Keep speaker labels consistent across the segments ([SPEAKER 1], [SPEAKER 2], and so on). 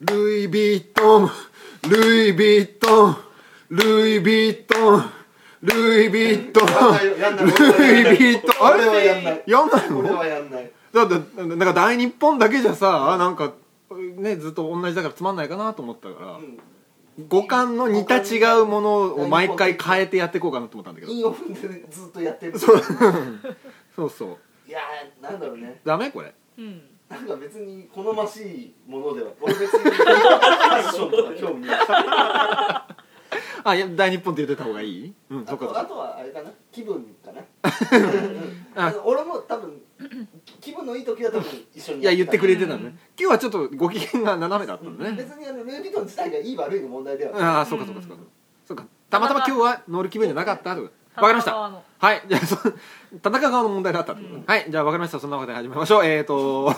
[SPEAKER 1] ルイ・ヴィトンルイ・ヴィトンルイ・ヴィトンルイ・ヴィ トン
[SPEAKER 2] やんない
[SPEAKER 1] ルイ・ヴィトンあ
[SPEAKER 2] 俺はやんない
[SPEAKER 1] やんない
[SPEAKER 2] 俺
[SPEAKER 1] の
[SPEAKER 2] はやんない
[SPEAKER 1] だってなんか大日本だけじゃさなんかねずっと同じだからつまんないかなと思ったから、五感の似た違うものを毎回変えてやっていこうかなと思ったんだけど
[SPEAKER 2] 陰を踏んでずっとやってる
[SPEAKER 1] そうそう
[SPEAKER 2] いやーなんだろうね
[SPEAKER 1] ダメこれ
[SPEAKER 3] うん
[SPEAKER 2] なんか別に好ましいものでは俺別に ファッションとか興味ない
[SPEAKER 1] あいや大日本って言ってた方がいいうんそ
[SPEAKER 2] あ
[SPEAKER 1] っかそっ
[SPEAKER 2] とあ
[SPEAKER 1] か
[SPEAKER 2] とはあれかな気分かなあの俺も多分気分のいい時は多分一緒に
[SPEAKER 1] いや言ってくれてたのね、
[SPEAKER 3] うん
[SPEAKER 1] 今日はちょっとご機嫌が斜めだったのね、
[SPEAKER 2] 別にあのルイ・ヴィトン自体がいい悪いの問題ではない
[SPEAKER 1] ああそうかそうかそうか、
[SPEAKER 3] うん
[SPEAKER 1] そうかたまたま今日は乗る気分じゃなかったとかわかりまし
[SPEAKER 3] 田
[SPEAKER 1] た
[SPEAKER 3] 中側の
[SPEAKER 1] はいじゃあそ田中側の問題だったってこと、
[SPEAKER 3] うん
[SPEAKER 1] はいじゃあわかりましたそんなことで始めましょうえーと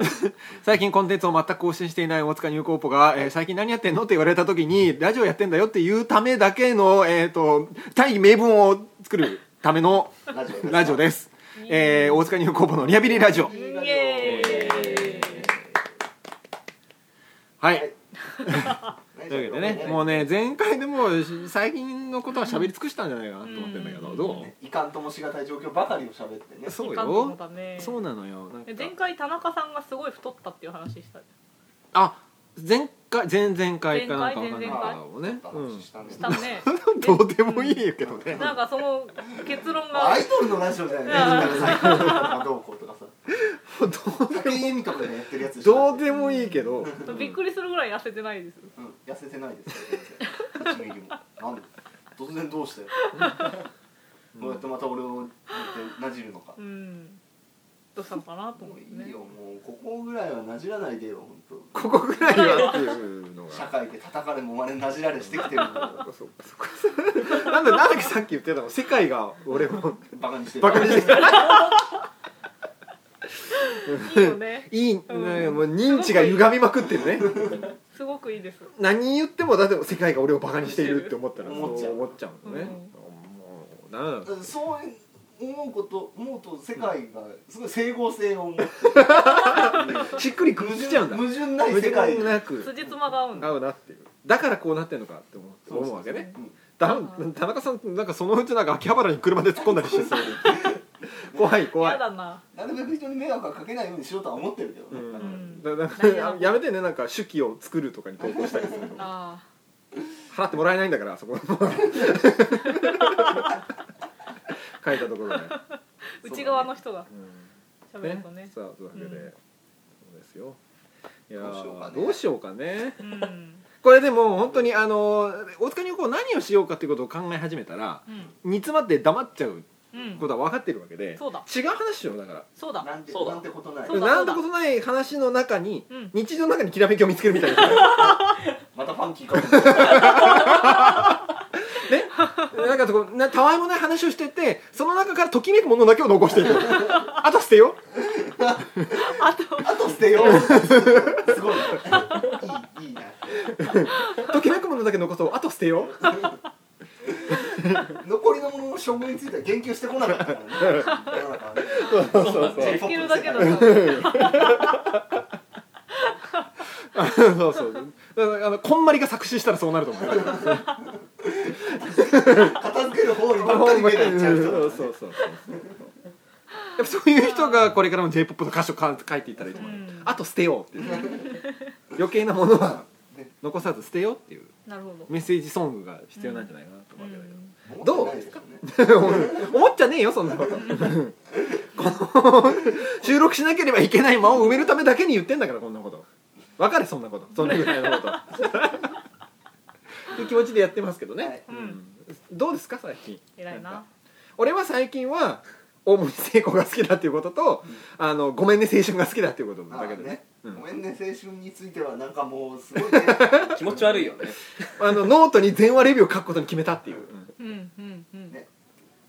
[SPEAKER 1] 最近コンテンツを全く更新していない大塚ニューコーポが、えー最近何やってんの?」って言われた時に「ラジオやってんだよ」っていうためだけのえーと大義名分を作るため の
[SPEAKER 2] ラジオ
[SPEAKER 1] ラジオです、えー大塚ニューコーポのリハビリラジオ
[SPEAKER 3] イエーイ
[SPEAKER 1] はい
[SPEAKER 2] ラジオ
[SPEAKER 1] というわけでねもうね前回でもし最近のことは喋り尽くしたんじゃないかなと思ってんだけど、
[SPEAKER 3] うん
[SPEAKER 1] どう
[SPEAKER 2] いかんともしがたい状況ばかりを喋ってね
[SPEAKER 1] そう
[SPEAKER 3] いかんと思
[SPEAKER 1] よ
[SPEAKER 3] ったね
[SPEAKER 1] そうなのよなんか
[SPEAKER 3] え前回田中さんがすごい太ったっていう話した
[SPEAKER 1] あ前回前々回かなんかわかんない
[SPEAKER 3] 前
[SPEAKER 1] か
[SPEAKER 3] 回
[SPEAKER 1] らもね、
[SPEAKER 2] 話したね
[SPEAKER 3] したね
[SPEAKER 1] うん、どうでもいいけどね
[SPEAKER 3] なんかその結論が
[SPEAKER 2] アイドルのラジオじゃないね最近とかどうこうとかさ武井絵美香とかやってるやつし
[SPEAKER 1] ど
[SPEAKER 2] ょ
[SPEAKER 1] うでもいいけど
[SPEAKER 3] びっくりするぐらい痩せてないです
[SPEAKER 2] うん痩せてないですから全然1ミリもなんで突然どうしてこうやってまた俺を見てなじるのか
[SPEAKER 3] うんどうしたのかなと
[SPEAKER 2] も
[SPEAKER 3] 思っ
[SPEAKER 2] う
[SPEAKER 3] てね
[SPEAKER 2] いいよもうここぐらいはなじらないでよ本
[SPEAKER 1] ここぐらいはっていう の
[SPEAKER 2] 当社
[SPEAKER 1] が
[SPEAKER 2] 会で叩かれもまれなじられしてきてるんだよ
[SPEAKER 1] そうかそうかそうかなんでなんだっけさっき言ってたの世界が俺を
[SPEAKER 2] バカにしてる
[SPEAKER 1] バカにしてる
[SPEAKER 3] いいよね
[SPEAKER 1] いい、
[SPEAKER 3] うん
[SPEAKER 1] ねもう認知が歪みまくってるね
[SPEAKER 3] すごくいいです
[SPEAKER 1] 何言ってもだって世界が俺をバカにしているって思ったら
[SPEAKER 2] 思っち
[SPEAKER 1] そ
[SPEAKER 2] ゃう
[SPEAKER 1] う思っちゃうのね、
[SPEAKER 3] うん
[SPEAKER 1] もうダメだ
[SPEAKER 2] うんそう思うこと思うと世界がすごい整合性を持ってる
[SPEAKER 1] しっくりく
[SPEAKER 2] 矛
[SPEAKER 1] っつっちゃうんだ
[SPEAKER 2] 盾矛盾ない世界
[SPEAKER 1] なく
[SPEAKER 3] 辻褄が合うんだ
[SPEAKER 1] 合うなっていうだからこうなってんのかって思う思うわけね
[SPEAKER 2] うん
[SPEAKER 1] だ田中さんなんかそのうちなんか秋葉原に車で突っ込んだりしてそう怖い怖い
[SPEAKER 3] やだな
[SPEAKER 2] なるべく人に迷惑はかけないようにしようとは思ってるけど
[SPEAKER 1] う
[SPEAKER 2] ね、だから
[SPEAKER 1] ん
[SPEAKER 3] ん
[SPEAKER 1] だだ
[SPEAKER 3] 何やろう
[SPEAKER 1] やめてねなんか手記を作るとかに投稿したりすると
[SPEAKER 3] あ
[SPEAKER 1] 払ってもらえないんだからあそ こ書いたところね
[SPEAKER 3] ー内側の人が
[SPEAKER 1] うん
[SPEAKER 3] 喋るとね
[SPEAKER 1] さあというわけで、
[SPEAKER 3] うん
[SPEAKER 1] そうですよいや
[SPEAKER 2] どうしようか
[SPEAKER 1] ー
[SPEAKER 2] ね
[SPEAKER 1] どうしようかね
[SPEAKER 3] うん
[SPEAKER 1] これでも本当にあのー大塚にこう何をしようかっていうことを考え始めたら
[SPEAKER 3] うん
[SPEAKER 1] 煮詰まって黙っちゃう
[SPEAKER 3] うん
[SPEAKER 1] ことは分かってるわけで、
[SPEAKER 3] そうだ
[SPEAKER 1] 違う話しようだから
[SPEAKER 3] そうだ
[SPEAKER 2] なんて
[SPEAKER 4] そうだ
[SPEAKER 2] なんてことない
[SPEAKER 3] そうだ
[SPEAKER 1] なんてことない話の中に、
[SPEAKER 3] うん
[SPEAKER 1] 日常の中にきらめきを見つけるみたいなね
[SPEAKER 2] またファンキーかもしれない
[SPEAKER 1] なんかこうなたわいもない話をしててその中からときめくものだけを残 していくあと捨てよ
[SPEAKER 2] あと捨てようすごいいいいいな
[SPEAKER 1] うときめくものだけ残そうあと捨てよう
[SPEAKER 2] 残りのものの処分については言及してこなかったからね世の中はね
[SPEAKER 1] そうそうそう
[SPEAKER 3] できるだけだと
[SPEAKER 1] あそうそうだからあのこんまりが作詞したらそうなると思うよ
[SPEAKER 2] 片付ける方にばっかり目がいっちゃう人
[SPEAKER 1] そうそ
[SPEAKER 2] だか
[SPEAKER 1] うそうそうやっぱそういう人がこれからも j p o p の歌詞を書書いていったらいいと思う、
[SPEAKER 3] うん
[SPEAKER 1] あと捨てようっていう余計なものは
[SPEAKER 2] ね
[SPEAKER 1] 残さず捨てようっていう
[SPEAKER 3] なるほど
[SPEAKER 1] メッセージソングが必要なんじゃないかなと
[SPEAKER 3] う
[SPEAKER 1] 思うけど、
[SPEAKER 3] ん
[SPEAKER 1] どう
[SPEAKER 2] らね思ってないですよね
[SPEAKER 1] 思っちゃねえよそんなことこの収録しなければいけない間を埋めるためだけに言ってんだからこんなことわかるそんなことそんなぐらいのこと っていう気持ちでやってますけどね、
[SPEAKER 2] はい
[SPEAKER 3] うん
[SPEAKER 1] どうですか最近
[SPEAKER 3] 偉い
[SPEAKER 1] んか
[SPEAKER 3] な
[SPEAKER 1] 俺は最近は大森聖子が好きだっていうことと、あのごめんね青春が好きだっていうことだけどね
[SPEAKER 2] あ
[SPEAKER 1] う
[SPEAKER 2] ー
[SPEAKER 1] ん
[SPEAKER 2] ごめんね青春についてはなんかもうす ごいね
[SPEAKER 4] 気持ち悪いよね
[SPEAKER 1] あのノートに全話レビューを書くことに決めたっていう、
[SPEAKER 3] うんうんうん
[SPEAKER 2] ね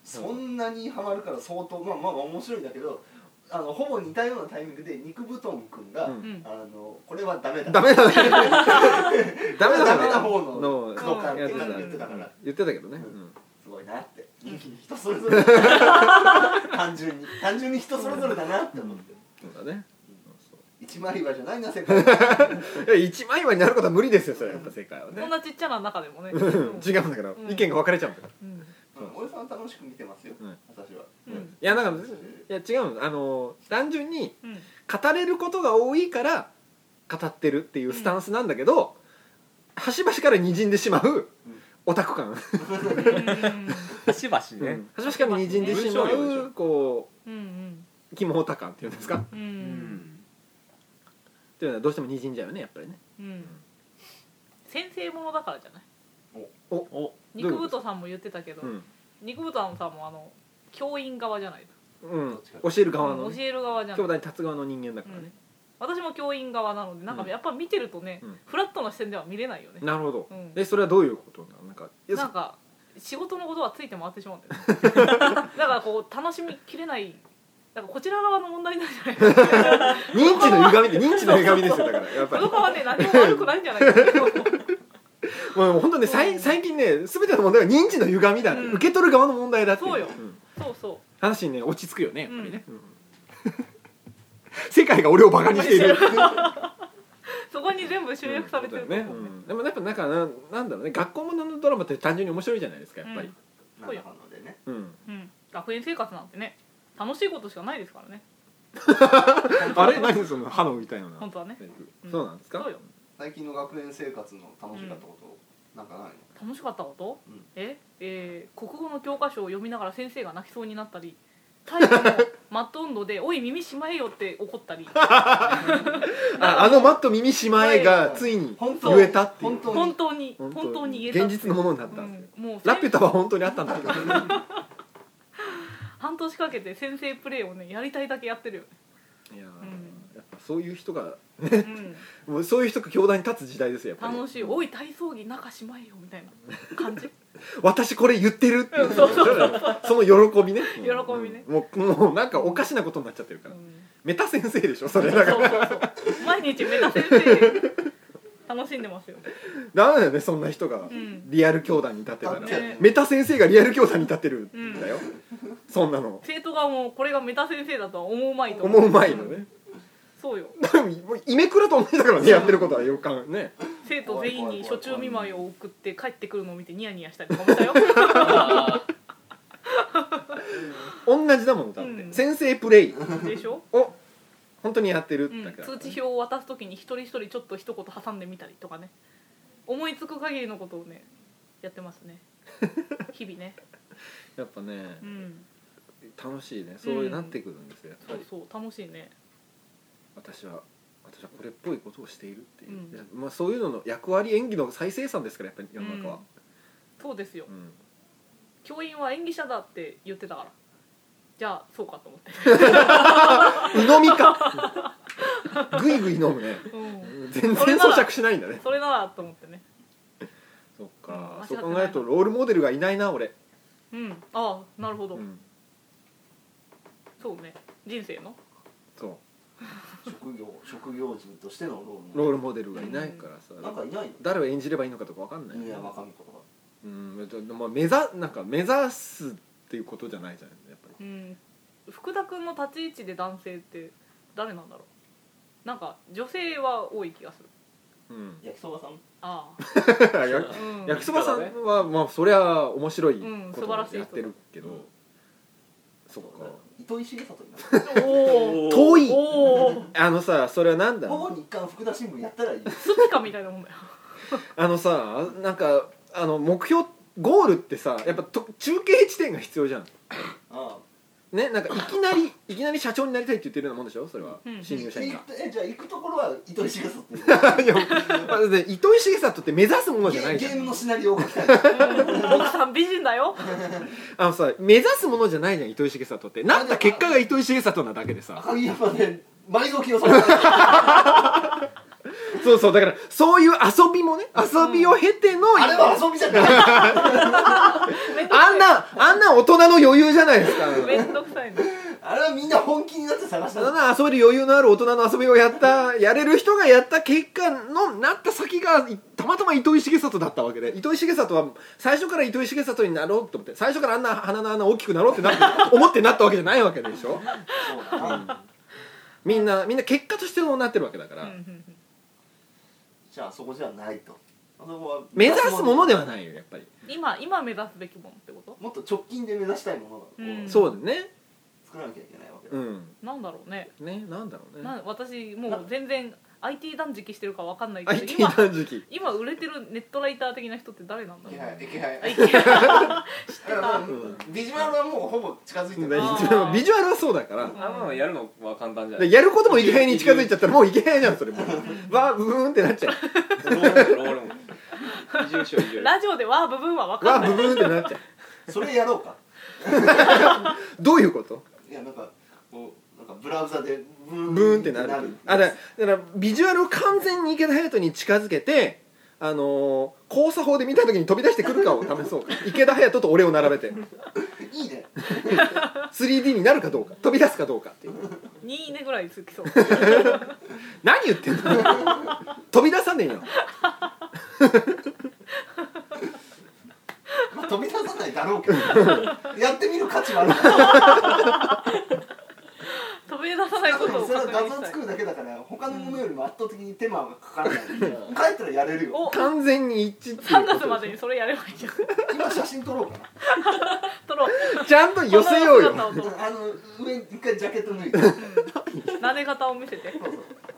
[SPEAKER 2] そんなにハマるから相当まあまあ面白いんだけどあのほぼ似たようなタイミングで肉布団くんが、
[SPEAKER 1] うん
[SPEAKER 2] あのこれはダメ だ
[SPEAKER 1] ダメだねダメだね
[SPEAKER 2] ダメな方の
[SPEAKER 1] の
[SPEAKER 2] の感
[SPEAKER 1] や
[SPEAKER 2] っ
[SPEAKER 1] つ
[SPEAKER 2] て
[SPEAKER 1] だ
[SPEAKER 2] 言ってたから、
[SPEAKER 1] 言ってたけどね、
[SPEAKER 2] うん
[SPEAKER 1] うん
[SPEAKER 2] すごいなって人それぞれ単純に単純に人それぞれだなって思って
[SPEAKER 1] そうだね。
[SPEAKER 2] 一枚岩じゃないな世界は
[SPEAKER 1] いや 一枚岩になることは無理ですよそれやっぱ正解はね
[SPEAKER 3] こんなちっちゃな中でもね
[SPEAKER 1] うん 違うんだから、
[SPEAKER 3] うん
[SPEAKER 1] 意見が分かれちゃうんだから
[SPEAKER 3] うん
[SPEAKER 2] うん俺さん楽しく見てますよ、
[SPEAKER 1] うん
[SPEAKER 2] 私は、
[SPEAKER 3] うん
[SPEAKER 1] いやなんかいや違うのあの単純に
[SPEAKER 3] うん
[SPEAKER 1] 語れることが多いから語ってるっていうスタンスなんだけど、端々からにじんでしまうオタク感、
[SPEAKER 3] うん
[SPEAKER 4] 端々ね、
[SPEAKER 1] 端々からにじんでしま
[SPEAKER 4] 文章量でし
[SPEAKER 1] う
[SPEAKER 4] ょ
[SPEAKER 1] こ
[SPEAKER 3] うん
[SPEAKER 1] う肝オタ感っていうんですか、っ
[SPEAKER 3] う
[SPEAKER 4] うん
[SPEAKER 1] ていうのはどうしてもにじんじゃうよねやっぱりね
[SPEAKER 3] うん先生ものだからじゃない
[SPEAKER 4] お
[SPEAKER 1] どういう
[SPEAKER 3] 肉
[SPEAKER 1] こと
[SPEAKER 3] 太さんも言ってたけど
[SPEAKER 1] うん、
[SPEAKER 3] 肉太さんもあの教員側じゃない
[SPEAKER 1] うん
[SPEAKER 2] どっちか、
[SPEAKER 1] 教える側の、
[SPEAKER 3] 教
[SPEAKER 1] ね、
[SPEAKER 3] える側じゃ
[SPEAKER 1] 兄
[SPEAKER 3] な
[SPEAKER 1] 弟
[SPEAKER 3] い
[SPEAKER 1] に立つ側の人間だからね、
[SPEAKER 3] 私も教員側なのでなん
[SPEAKER 1] う
[SPEAKER 3] か
[SPEAKER 1] ん
[SPEAKER 3] やっぱ見てるとね、
[SPEAKER 1] うん
[SPEAKER 3] フラットな視点では見れないよね
[SPEAKER 1] なるほど、
[SPEAKER 3] うん
[SPEAKER 1] えそれはどういうことなのなんかいや
[SPEAKER 3] なんか仕事のことはついて回ってしまうんだよねだからこう楽しみきれないなんかこちら側の問題なんじゃないか
[SPEAKER 1] 認知の歪みで認知の歪みですよだからやっぱ
[SPEAKER 3] こ
[SPEAKER 1] り
[SPEAKER 3] の子はね何も悪くないんじゃないかな
[SPEAKER 1] もう本当ね
[SPEAKER 3] う
[SPEAKER 1] 最
[SPEAKER 3] ん
[SPEAKER 1] 最近ね全ての問題は認知の歪みだって、
[SPEAKER 3] うん
[SPEAKER 1] 受け取る側の問題だってい
[SPEAKER 3] そうよ
[SPEAKER 1] ん
[SPEAKER 3] そうそ
[SPEAKER 1] 話にね落ち着くよねやっぱりね、うん 世界が俺をバカにしている
[SPEAKER 3] うそこに全部集約されてる
[SPEAKER 1] うんそうだよね、うんでもやっぱなんかななんだろうね学校もののドラマって単純に面白いじゃないですかやっぱり、
[SPEAKER 2] なんだかんだでね
[SPEAKER 1] うん
[SPEAKER 3] うん、学園生活なんてね楽しいことしかないですからね
[SPEAKER 1] あれ何その歯の浮いたような
[SPEAKER 3] 本当はねうん
[SPEAKER 1] そうなんですか
[SPEAKER 3] そうよ
[SPEAKER 2] 最近の学園生活の楽しかったこと、なんかないの
[SPEAKER 3] 楽しかったこと、
[SPEAKER 2] うん
[SPEAKER 3] ええー国語の教科書を読みながら先生が泣きそうになったり体育のマット運動で「 おい耳しまえよ」って怒ったり
[SPEAKER 1] ああのマット耳しまえがついに
[SPEAKER 2] 本当
[SPEAKER 1] 言えたっていう
[SPEAKER 2] 本当に
[SPEAKER 3] 本当に本当に言えた
[SPEAKER 1] 現実のものになったんですよ、
[SPEAKER 3] うんもう
[SPEAKER 1] ラピュタは本当にあったんだけど
[SPEAKER 3] 半年かけて先生プレーをねやりたいだけやってるよね、
[SPEAKER 1] いやー、
[SPEAKER 3] ん
[SPEAKER 1] やっぱそういう人が
[SPEAKER 3] うん、
[SPEAKER 1] もうそういう人が教壇に立つ時代ですよやっぱり
[SPEAKER 3] 楽しい「おい体操着中しまえよ」みたいな感じ
[SPEAKER 1] 私これ言ってるっていうその喜びね
[SPEAKER 3] 喜びね
[SPEAKER 1] もうもうなんかおかしなことになっちゃってる
[SPEAKER 3] う
[SPEAKER 1] から、
[SPEAKER 3] ん
[SPEAKER 1] メタ先生でしょそれ
[SPEAKER 3] そ
[SPEAKER 1] だ
[SPEAKER 3] う
[SPEAKER 1] か
[SPEAKER 3] そうそう毎日メタ先生楽しんでますよね
[SPEAKER 1] らダメだよねそんな人が
[SPEAKER 3] ん
[SPEAKER 1] リアル教団に立ってたら、
[SPEAKER 2] だって
[SPEAKER 3] ね
[SPEAKER 1] メタ先生がリアル教団に立ってるんだよ、そんなの
[SPEAKER 3] 生徒側もこれがメタ先生だとは思うまいと
[SPEAKER 1] 思うまいのね
[SPEAKER 3] そうよ
[SPEAKER 1] でももうイメクラと同じだからねやってることは予感ね
[SPEAKER 3] 生徒全員に初中見舞いを送って帰ってくるのを見てニヤニヤしたりとかもしたよ
[SPEAKER 1] 同じだもんだって、
[SPEAKER 3] うん
[SPEAKER 1] 先生プレイ
[SPEAKER 3] でしょ、
[SPEAKER 1] を本当にやってる
[SPEAKER 3] うん
[SPEAKER 1] だから、
[SPEAKER 3] 通知表を渡す時に一人一人ちょっと一言挟んでみたりとかね思いつく限りのことをねやってま すね日々ね
[SPEAKER 1] やっぱね
[SPEAKER 3] うん
[SPEAKER 1] 楽しいねそうなってくるんですよ、やっぱ
[SPEAKER 3] そう
[SPEAKER 1] り
[SPEAKER 3] そう楽しいね
[SPEAKER 1] 私は私はこれっぽいことをしているっていう、
[SPEAKER 3] うん
[SPEAKER 1] いやまあ、そういうのの役割演技の再生産ですからやっぱり世の中は、
[SPEAKER 3] そうですよ
[SPEAKER 1] うん
[SPEAKER 3] 教員は演技者だって言ってたからじゃあそうか と思って、
[SPEAKER 1] 鵜呑みか ぐいぐい飲むね
[SPEAKER 3] うん、
[SPEAKER 1] 全然咀嚼しないんだね
[SPEAKER 3] それならと思ってね
[SPEAKER 1] そっか、
[SPEAKER 3] うん
[SPEAKER 1] そう考えるとロールモデルがいないな俺、
[SPEAKER 3] うんああなるほど、
[SPEAKER 1] うん、
[SPEAKER 3] そうね人生の
[SPEAKER 1] そ
[SPEAKER 2] 職業職業人としてのロー
[SPEAKER 1] う
[SPEAKER 2] ル
[SPEAKER 1] ロー
[SPEAKER 2] モ
[SPEAKER 1] ルモデルがいないからさ、
[SPEAKER 2] デルなんかいない
[SPEAKER 1] 誰を演じればいいのかとかわかんない、
[SPEAKER 2] の犬山神子とか
[SPEAKER 1] うんでまあ、目指なんか目指すっていうことじゃないじゃないやっぱり
[SPEAKER 3] うん福田君の立ち位置で男性って誰なんだろうなんか女性は多い気がする
[SPEAKER 1] うん
[SPEAKER 2] 焼きそばさん
[SPEAKER 3] ああ、
[SPEAKER 1] や
[SPEAKER 3] うん、
[SPEAKER 1] 焼きそばさんは、まあ、そりゃ面白い
[SPEAKER 3] うん
[SPEAKER 1] こ
[SPEAKER 3] 素晴らし
[SPEAKER 1] と
[SPEAKER 3] い人
[SPEAKER 1] やってるけど、
[SPEAKER 2] うん
[SPEAKER 1] そっか
[SPEAKER 2] 糸井重里になった
[SPEAKER 3] おお
[SPEAKER 1] 遠い
[SPEAKER 3] おお
[SPEAKER 1] あのさそれはなんだ
[SPEAKER 2] 午後に一貫福田新聞やったらいいよ
[SPEAKER 3] スピカみたいなもんだよ
[SPEAKER 1] あのさなんかあの目標ゴールってさやっぱと中継地点が必要じゃん
[SPEAKER 2] ああ
[SPEAKER 1] ねなんかいきなりいきなり社長になりたいって言ってるようなもんでしょそれは、
[SPEAKER 3] うん
[SPEAKER 1] 新入社員が、
[SPEAKER 2] えじゃあ行くところは糸井重里っていう
[SPEAKER 1] いやまあだって糸井重里って目指すものじゃないじ
[SPEAKER 2] ゲ
[SPEAKER 1] ゃ
[SPEAKER 2] ーム
[SPEAKER 1] ん
[SPEAKER 2] のシナリオを書きたい
[SPEAKER 3] 奥さん美人 だよ
[SPEAKER 1] あのさ目指すものじゃないじゃん糸井重里ってなった結果が糸井重里なだけでさ
[SPEAKER 2] 赤城山で埋蔵金を探す
[SPEAKER 1] そうそうだからそういう遊びもね遊びを経ての、
[SPEAKER 2] あれは遊びじゃない
[SPEAKER 1] あんな、あんな大人の余裕じゃないですか。
[SPEAKER 3] めんどくさいね
[SPEAKER 2] あれはみんな本気になって探した
[SPEAKER 1] あん
[SPEAKER 2] の
[SPEAKER 1] な遊び余裕のある大人の遊びをやった、やれる人がやった結果の、なった先が、いたまたま糸井重里だったわけで、糸井重里は、最初から糸井重里になろうと思って、最初からあんな 鼻の穴大きくなろうってなって、思ってなったわけじゃないわけでしょ。
[SPEAKER 2] そうだな
[SPEAKER 1] みんなみんな結果としてそうなってるわけだから、
[SPEAKER 3] うんうん
[SPEAKER 2] じゃあそこじゃないとあそこは
[SPEAKER 1] 目指すものではないよやっぱり、
[SPEAKER 3] うん今今目指すべきものってこと
[SPEAKER 2] もっと直近で目指したいもの
[SPEAKER 3] うん
[SPEAKER 2] を
[SPEAKER 1] そうだね
[SPEAKER 2] 作らなきゃいけないわけだ、
[SPEAKER 1] うん
[SPEAKER 3] なんだろうね
[SPEAKER 1] ねなんだろうね
[SPEAKER 3] な私もう全然 IT 断食してるかわかんないけど
[SPEAKER 1] IT
[SPEAKER 3] 今
[SPEAKER 1] 断食
[SPEAKER 3] 今売れてるネットライター的な人って誰なんだろ
[SPEAKER 2] 気
[SPEAKER 3] う
[SPEAKER 2] 配気 配
[SPEAKER 3] IT だ
[SPEAKER 2] だからもうビジュアルはもうほぼ近づいてる
[SPEAKER 3] あー
[SPEAKER 1] ビジュアルはそうだから、
[SPEAKER 4] あんなのやるのは簡単じゃな
[SPEAKER 1] で
[SPEAKER 4] い
[SPEAKER 1] やることも生きがいに近づいちゃったらもう生きがいじゃん それもうわーブーンってなっちゃう
[SPEAKER 4] ロールもロールも移住しよう移住
[SPEAKER 3] ラジオでは部分はわか
[SPEAKER 1] わ
[SPEAKER 3] ん
[SPEAKER 1] ー
[SPEAKER 3] ない
[SPEAKER 1] ブーンってなっちゃう
[SPEAKER 2] それやろうか
[SPEAKER 1] どういうこと
[SPEAKER 2] いやなんかこうなんかブラウザでブー
[SPEAKER 1] ブーンってなるあだだからビジュアルを完全に池田隼人に近づけてあのー交差法で見た時に飛び出してくるかを試そうか池田隼人と俺を並べて
[SPEAKER 2] いいね
[SPEAKER 1] 3D になるかどうか飛び出すかどうかっていう
[SPEAKER 3] 2いいねぐらい好き そう
[SPEAKER 1] 何言ってんの 飛び出さねえよ
[SPEAKER 2] まあ飛び出さないだろう けどやってみる価値はあるから
[SPEAKER 3] 飛び出さないことを
[SPEAKER 2] それは
[SPEAKER 3] 確認
[SPEAKER 2] 画像
[SPEAKER 3] したい
[SPEAKER 2] 作るだけだから他のものよりも圧倒的に手間がかからない帰ったらやれるよ
[SPEAKER 3] お
[SPEAKER 1] 完全に一致っていうこ
[SPEAKER 3] 3
[SPEAKER 1] と
[SPEAKER 3] 月までにそれやればいいじゃん
[SPEAKER 2] 今写真撮ろうかな
[SPEAKER 3] 撮 ろう
[SPEAKER 1] ちゃんと寄せようよ
[SPEAKER 3] この姿を撮ろう
[SPEAKER 2] あの上一回ジャケット脱いで
[SPEAKER 3] うん撫で方を見せて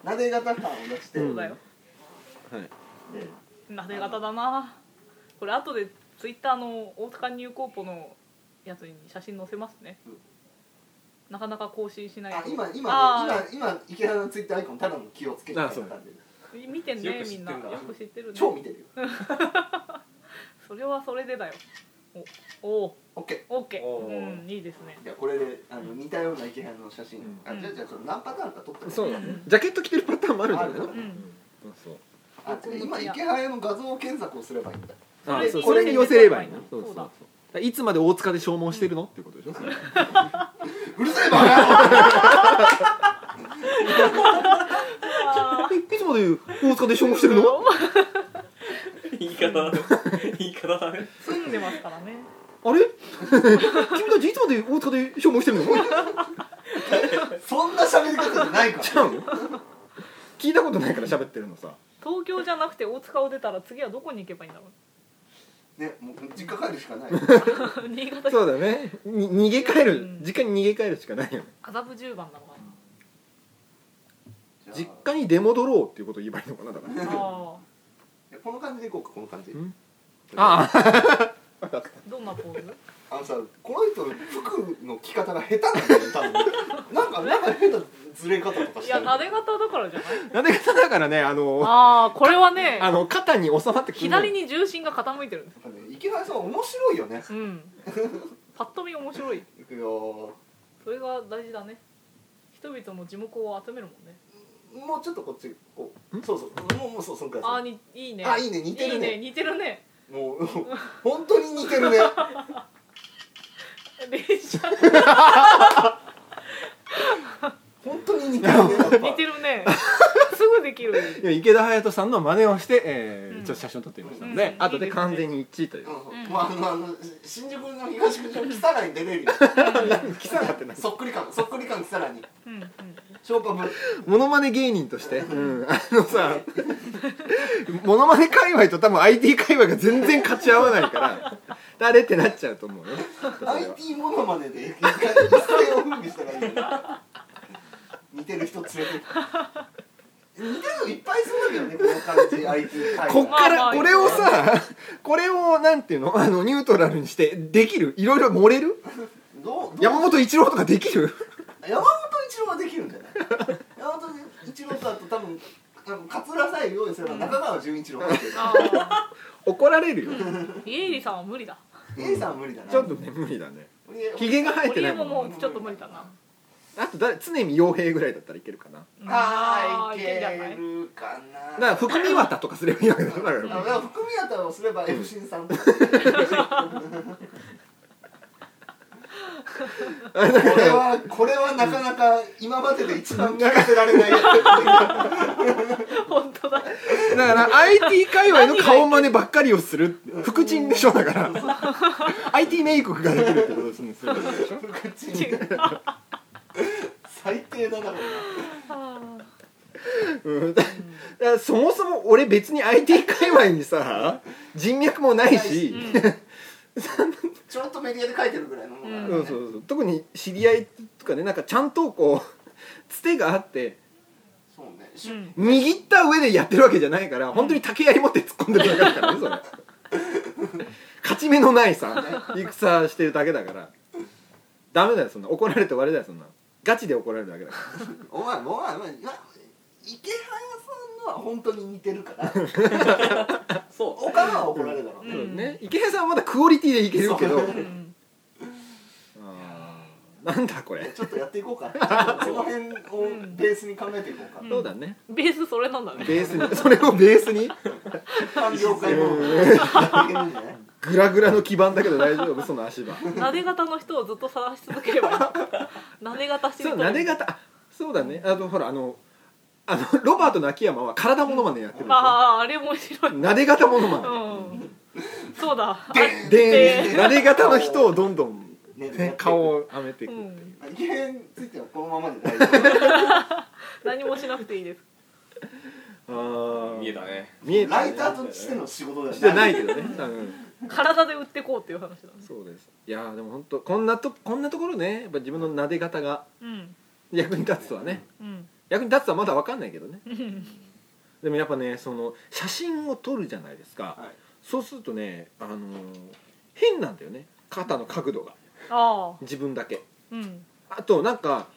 [SPEAKER 2] 撫で型感を出して、
[SPEAKER 3] そうだよ、
[SPEAKER 1] はい
[SPEAKER 3] 撫で方だなこれ後でツイッターの大阪入高ポのやつに写真載せますね、
[SPEAKER 2] うん
[SPEAKER 3] なかなか更新しない
[SPEAKER 2] あ今今ね
[SPEAKER 3] あ
[SPEAKER 2] 今今池原のツイッターアイコンただの気をつけてる感じで
[SPEAKER 3] ー見てん
[SPEAKER 4] よ
[SPEAKER 3] ね
[SPEAKER 4] く知
[SPEAKER 3] み
[SPEAKER 4] って
[SPEAKER 3] ん
[SPEAKER 4] ん
[SPEAKER 3] な
[SPEAKER 4] だ
[SPEAKER 3] よく知ってるね
[SPEAKER 2] 超見てるよ
[SPEAKER 3] それはそれでだよお
[SPEAKER 2] オッケ
[SPEAKER 3] おオッケー
[SPEAKER 4] おー
[SPEAKER 3] うんいいですね
[SPEAKER 2] ーじゃあこれであの似たような池原の写真、
[SPEAKER 1] うん
[SPEAKER 2] あじゃあじゃあそれ何パターンか撮っても
[SPEAKER 1] そうだねジャケット着てるパターンもあるんじゃないの、
[SPEAKER 2] あ
[SPEAKER 1] う
[SPEAKER 2] る
[SPEAKER 3] うんん
[SPEAKER 1] そう
[SPEAKER 2] あ違う今池原の画像検索をすればいいんだ
[SPEAKER 1] あ
[SPEAKER 3] それ
[SPEAKER 1] そう
[SPEAKER 3] に
[SPEAKER 1] それに寄せればいいの
[SPEAKER 3] そう
[SPEAKER 1] だ
[SPEAKER 3] だ
[SPEAKER 1] からいつまで大塚で消耗してるの、っていうことでしょそれ
[SPEAKER 2] うるせえば
[SPEAKER 3] あ
[SPEAKER 1] えいつまで大塚で 消耗してるの
[SPEAKER 4] 言い方だね言い方だね
[SPEAKER 3] ー住んでますからね
[SPEAKER 1] あれ君たちいつまで大塚で消耗して るの
[SPEAKER 2] そんな喋り方じゃないから
[SPEAKER 1] ちゃうの聞いたことないから喋ってるのさ
[SPEAKER 3] 東京じゃなくて大塚を出たら次はどこに行けばいいんだろ
[SPEAKER 2] ねもう実家帰るしかない
[SPEAKER 3] う新潟
[SPEAKER 1] そうだねに逃げ帰る
[SPEAKER 3] うん
[SPEAKER 1] 実家に逃げ帰るしかないよね
[SPEAKER 3] 麻布十番なのかな
[SPEAKER 1] 実家に出戻ろうっていうことを言えばいいのかなだから
[SPEAKER 3] あ
[SPEAKER 2] 家この感じでいこうかこの感じ
[SPEAKER 1] んああ
[SPEAKER 3] ー どんなポーズ
[SPEAKER 2] あのさこの人服の着方が下手なんだよね 多分なんかなんか変なずれ方とかし
[SPEAKER 3] い
[SPEAKER 2] てる
[SPEAKER 3] や撫で方だからじゃな
[SPEAKER 1] な
[SPEAKER 3] い
[SPEAKER 1] で方だからねあの
[SPEAKER 3] ああこれはね
[SPEAKER 1] あの肩に収まってくる
[SPEAKER 3] 左に重心が傾いてるんです
[SPEAKER 2] なんかね池原さん面白いよね
[SPEAKER 3] うんパッと見面白い
[SPEAKER 2] いくよ
[SPEAKER 3] それが大事だね人々の耳目を集めるもんね
[SPEAKER 2] ーもうちょっとこっちこうそうそうもうもうそうそんく
[SPEAKER 3] あ
[SPEAKER 2] ら
[SPEAKER 3] あ
[SPEAKER 2] い
[SPEAKER 3] にいいね
[SPEAKER 2] あいいね似てるね
[SPEAKER 3] いいね似てるね
[SPEAKER 2] もう本当に似てるね
[SPEAKER 3] 電車
[SPEAKER 2] 本当に似てるねやっぱ
[SPEAKER 3] 似てるねすぐできる
[SPEAKER 1] いや池田隼人さんの真似をして、えー
[SPEAKER 3] うん
[SPEAKER 1] ちょっと写真を撮ってみましたので、
[SPEAKER 3] うん
[SPEAKER 1] 後で完全に一致という、
[SPEAKER 2] うん
[SPEAKER 3] うん
[SPEAKER 2] もうあのあの新宿の東口のキサラに出れるよ
[SPEAKER 1] 何記者になってない
[SPEAKER 2] そっくり感そっくり感キサラに
[SPEAKER 3] うんうん
[SPEAKER 2] 消化部
[SPEAKER 1] モノマネ芸人として、うん、あのさモノマネ界隈と多分 IT 界隈が全然勝ち合わないから誰ってなっちゃうと思うよ
[SPEAKER 2] IT モノマネで一回一世を風靡したらいいよね似てる人連れてく似てるのいっぱいそうだけどねこの感じ IT 界
[SPEAKER 1] こっか
[SPEAKER 3] まあま
[SPEAKER 1] ら
[SPEAKER 3] あ
[SPEAKER 1] これをさこれをなんていうのあのニュートラルにしてできるいろいろ盛れる
[SPEAKER 2] どうどう
[SPEAKER 1] 山本一郎とかできる
[SPEAKER 2] 山本一郎はできるんじゃない山本一郎とあと多分多分カツラさえ用意すれば中川純一郎ができる
[SPEAKER 3] ああ
[SPEAKER 1] 怒られるよ
[SPEAKER 3] 家入さんは無理だ
[SPEAKER 2] A さんは無理だな
[SPEAKER 1] ちょっとね無理だねひ
[SPEAKER 2] 俺
[SPEAKER 1] げが生えて
[SPEAKER 3] 俺
[SPEAKER 1] ない
[SPEAKER 3] も
[SPEAKER 1] も
[SPEAKER 3] も
[SPEAKER 1] ん
[SPEAKER 3] うちょっと無理だな
[SPEAKER 1] あと誰常見洋平ぐらいだったらいけるかな
[SPEAKER 3] うん
[SPEAKER 2] あ
[SPEAKER 3] あ
[SPEAKER 2] ー
[SPEAKER 3] ー
[SPEAKER 2] いけ
[SPEAKER 3] いけるじゃない
[SPEAKER 2] るか
[SPEAKER 1] だか
[SPEAKER 2] な
[SPEAKER 1] ら福見綿とかすればいいわけだから
[SPEAKER 2] だから含み当たりをす れば F 新さんとかこれはこれはなかなか今までで一番聞かせられないや
[SPEAKER 3] 本当だ
[SPEAKER 1] だから IT 界隈の顔真似ばっかりをする福鎮でしょだから IT メイクができるってことですね
[SPEAKER 2] つ口に
[SPEAKER 3] 違う
[SPEAKER 2] 最低だなこれ
[SPEAKER 3] あ
[SPEAKER 1] うんだからそもそも俺別に IT 界隈にさ人脈もないし、
[SPEAKER 3] ー
[SPEAKER 2] ちょっとメディアで書いてるぐらいのものなんだ
[SPEAKER 1] そ
[SPEAKER 2] ね
[SPEAKER 1] うそうそう特に知り合いとかねなんかちゃんとこうつてがあって
[SPEAKER 2] そうねし
[SPEAKER 3] うんうん
[SPEAKER 1] 握った上でやってるわけじゃないから本当に竹槍持って突っ込んでるだけだからねそれ勝ち目のないさ戦してるだけだからダメだよそんな怒られて終わりだよそんなガチで怒られるだけだか
[SPEAKER 2] お前もうお前お前池原さんのは本当に似てるから
[SPEAKER 4] そう
[SPEAKER 2] 他のは怒られるだろう
[SPEAKER 1] ら、
[SPEAKER 2] ね、
[SPEAKER 3] うん
[SPEAKER 1] ね池江さんはまだクオリティでいけるけど
[SPEAKER 2] そう
[SPEAKER 3] うん
[SPEAKER 1] あーなんだこれ
[SPEAKER 2] ちょっとやっていこ うかちょっとその辺をベースに考えていこうか
[SPEAKER 3] うん
[SPEAKER 1] そうだね
[SPEAKER 3] ベースそれなんだ ね
[SPEAKER 1] ベースにそれをベースに
[SPEAKER 2] 一般業界もやっていけるんじゃない
[SPEAKER 1] グラグラの基盤だけど大丈夫その足場
[SPEAKER 3] 撫で型の人をずっと探し続 ければいいの撫で型して
[SPEAKER 1] そうなで型あそうだねあとほらあのあのロバートの秋山は体モノマネやってるでしょ
[SPEAKER 3] あああれ面白いうん
[SPEAKER 1] なで型モノマ
[SPEAKER 3] そうだ
[SPEAKER 1] ネでなで型の人をどんどん、
[SPEAKER 2] ね
[SPEAKER 1] ね、 顔をはめていく
[SPEAKER 3] う
[SPEAKER 1] っていう、
[SPEAKER 2] 池
[SPEAKER 3] ん
[SPEAKER 2] 原についてはこのままで大丈 夫
[SPEAKER 3] 何もしなくていいです
[SPEAKER 1] ああ
[SPEAKER 4] 見えたね
[SPEAKER 1] 見えた、
[SPEAKER 2] ラ
[SPEAKER 1] ね、
[SPEAKER 2] イターとしての仕事
[SPEAKER 1] し
[SPEAKER 2] じ
[SPEAKER 1] て
[SPEAKER 2] ゃ
[SPEAKER 1] な
[SPEAKER 2] ない
[SPEAKER 1] いけどね多分
[SPEAKER 3] 体で売ってこうっていう話だね
[SPEAKER 1] そうですいやーでも本当こんなとこんなところねやっぱ自分のなで型が
[SPEAKER 3] うん
[SPEAKER 1] 役に立つとはね
[SPEAKER 3] うん
[SPEAKER 1] 役に立つとはまだ分かんないけどね
[SPEAKER 3] うん
[SPEAKER 1] でもやっぱねその写真を撮るじゃないですか、
[SPEAKER 2] はい
[SPEAKER 1] そうするとね、あのー変なんだよね肩の角度が
[SPEAKER 3] ああ
[SPEAKER 1] 自分だけ
[SPEAKER 3] うん
[SPEAKER 1] あとなんか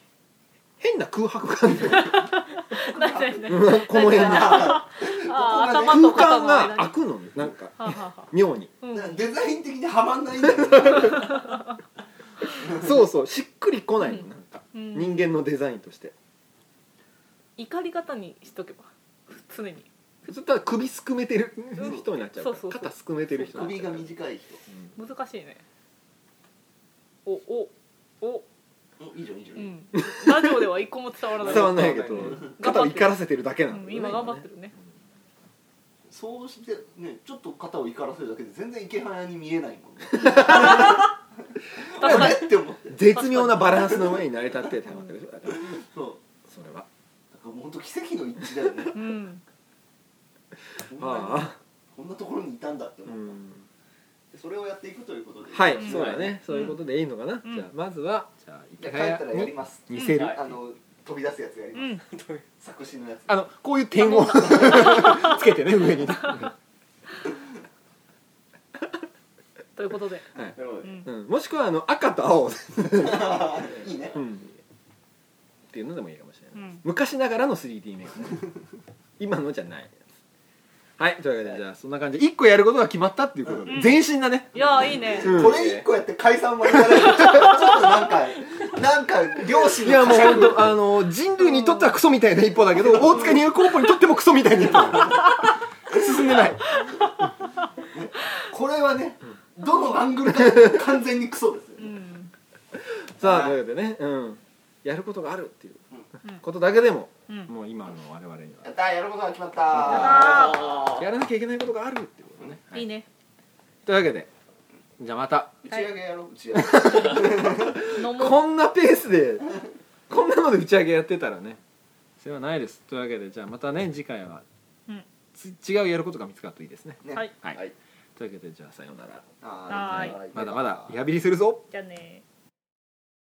[SPEAKER 1] 変な空白感
[SPEAKER 3] 何何何
[SPEAKER 1] うんこの辺に
[SPEAKER 3] ああ
[SPEAKER 2] ここが
[SPEAKER 3] 頭
[SPEAKER 1] 空
[SPEAKER 2] ね
[SPEAKER 3] と
[SPEAKER 1] 間
[SPEAKER 3] 肩
[SPEAKER 1] が
[SPEAKER 3] の間
[SPEAKER 1] 開
[SPEAKER 3] に
[SPEAKER 1] くのねなんか
[SPEAKER 3] はあはあはあ
[SPEAKER 1] 妙に
[SPEAKER 3] うん
[SPEAKER 2] だからデザイン的にはまんないんだよね
[SPEAKER 1] そうそうしっくりこないのなんか
[SPEAKER 3] うん
[SPEAKER 1] 人間のデザインとして
[SPEAKER 3] 怒り方にしとけば常に
[SPEAKER 1] そしたら首すくめてる
[SPEAKER 2] うん
[SPEAKER 1] 人になっちゃうから
[SPEAKER 3] そうそうそう
[SPEAKER 1] 肩すくめてる人になっ
[SPEAKER 2] 首
[SPEAKER 1] ちゃ
[SPEAKER 2] が
[SPEAKER 1] うから
[SPEAKER 2] 短い人
[SPEAKER 3] 難しいねおおお
[SPEAKER 2] おいいじゃんいいじゃ ん、
[SPEAKER 3] うんラジオでは一個も伝わらな
[SPEAKER 1] うん
[SPEAKER 3] い
[SPEAKER 1] 伝わんないけど肩を怒らせてるだけな
[SPEAKER 3] うんん
[SPEAKER 1] だよね
[SPEAKER 3] 今頑張ってるね
[SPEAKER 2] そうしてねちょっと肩を怒らせるだけで全然池原に見えないもん ね
[SPEAKER 3] 確か
[SPEAKER 2] あ
[SPEAKER 3] に
[SPEAKER 2] れって思って
[SPEAKER 1] 絶妙なバランスの上に成り立ってたわけでしょだから
[SPEAKER 2] そう
[SPEAKER 1] それは
[SPEAKER 2] だからもう本当奇跡の一致だよね
[SPEAKER 3] うん
[SPEAKER 2] こんなに
[SPEAKER 1] あ
[SPEAKER 2] こんなところにいたんだって
[SPEAKER 1] あ
[SPEAKER 2] 思
[SPEAKER 1] う
[SPEAKER 2] う、
[SPEAKER 1] ん
[SPEAKER 2] それをやっていくということで
[SPEAKER 1] はい、
[SPEAKER 2] じ
[SPEAKER 1] そうだね、そういうことでいいのかな、
[SPEAKER 3] うん
[SPEAKER 1] じゃあまずはじゃあ
[SPEAKER 2] ゃ
[SPEAKER 1] 池
[SPEAKER 2] あ帰ったらやり
[SPEAKER 1] に
[SPEAKER 2] ます
[SPEAKER 1] 似せる、
[SPEAKER 4] はい
[SPEAKER 2] あの飛び出すやつやり
[SPEAKER 3] う
[SPEAKER 2] ます、
[SPEAKER 3] ん
[SPEAKER 2] 作詞のやつ
[SPEAKER 1] あのこういう点をつけてね上にね、
[SPEAKER 3] ということで
[SPEAKER 1] はい
[SPEAKER 2] なるほど
[SPEAKER 3] う
[SPEAKER 2] ね
[SPEAKER 3] ん
[SPEAKER 1] うん、もしくはあの赤と青、
[SPEAKER 2] いいね
[SPEAKER 1] うん、っていうのでもいいかもしれない、
[SPEAKER 3] うん
[SPEAKER 1] 昔ながらの 3D メイクね今のじゃないやつはいというわけでじゃあそんな感じで1個やることが決まったっていうことで、
[SPEAKER 3] うん
[SPEAKER 1] 前進だね
[SPEAKER 3] いやーいいね
[SPEAKER 1] うん
[SPEAKER 2] これ一個やって解散もいかないちょっとなんかなんか両親
[SPEAKER 1] い
[SPEAKER 2] の
[SPEAKER 1] やもう
[SPEAKER 2] 呵
[SPEAKER 1] 本
[SPEAKER 2] 責
[SPEAKER 1] 当あの人類にとってはクソみたいな一歩だけど大塚ニューコーポにとってもクソみたいな一歩進んでない
[SPEAKER 2] これはねどのアングルからも完全にクソですよ
[SPEAKER 3] う
[SPEAKER 2] ね
[SPEAKER 3] ん
[SPEAKER 1] さあ
[SPEAKER 2] はい
[SPEAKER 1] というわけでね、うん、やることがあるっていう
[SPEAKER 3] うん
[SPEAKER 1] ことだけでも、
[SPEAKER 3] うん
[SPEAKER 1] もう今の我々には
[SPEAKER 2] やったーやることが決まった
[SPEAKER 3] やった
[SPEAKER 2] ー
[SPEAKER 1] やらなきゃいけないことがあるっていうことね、はい
[SPEAKER 3] いいね
[SPEAKER 1] というわけでじゃあまた
[SPEAKER 2] 打ち上げやろう打ち上げ
[SPEAKER 3] 飲もう
[SPEAKER 1] こんなペースでこんなので打ち上げやってたらねそれはないですというわけでじゃあまたね次回は、
[SPEAKER 3] うん
[SPEAKER 1] つ違うやることが見つかるといいですね
[SPEAKER 2] ね
[SPEAKER 3] はい
[SPEAKER 1] はい、
[SPEAKER 4] はい
[SPEAKER 1] というわけでじゃあさようなら
[SPEAKER 2] は
[SPEAKER 3] はーい
[SPEAKER 2] ーい
[SPEAKER 1] まだまだリハビリするぞ
[SPEAKER 3] じゃあねー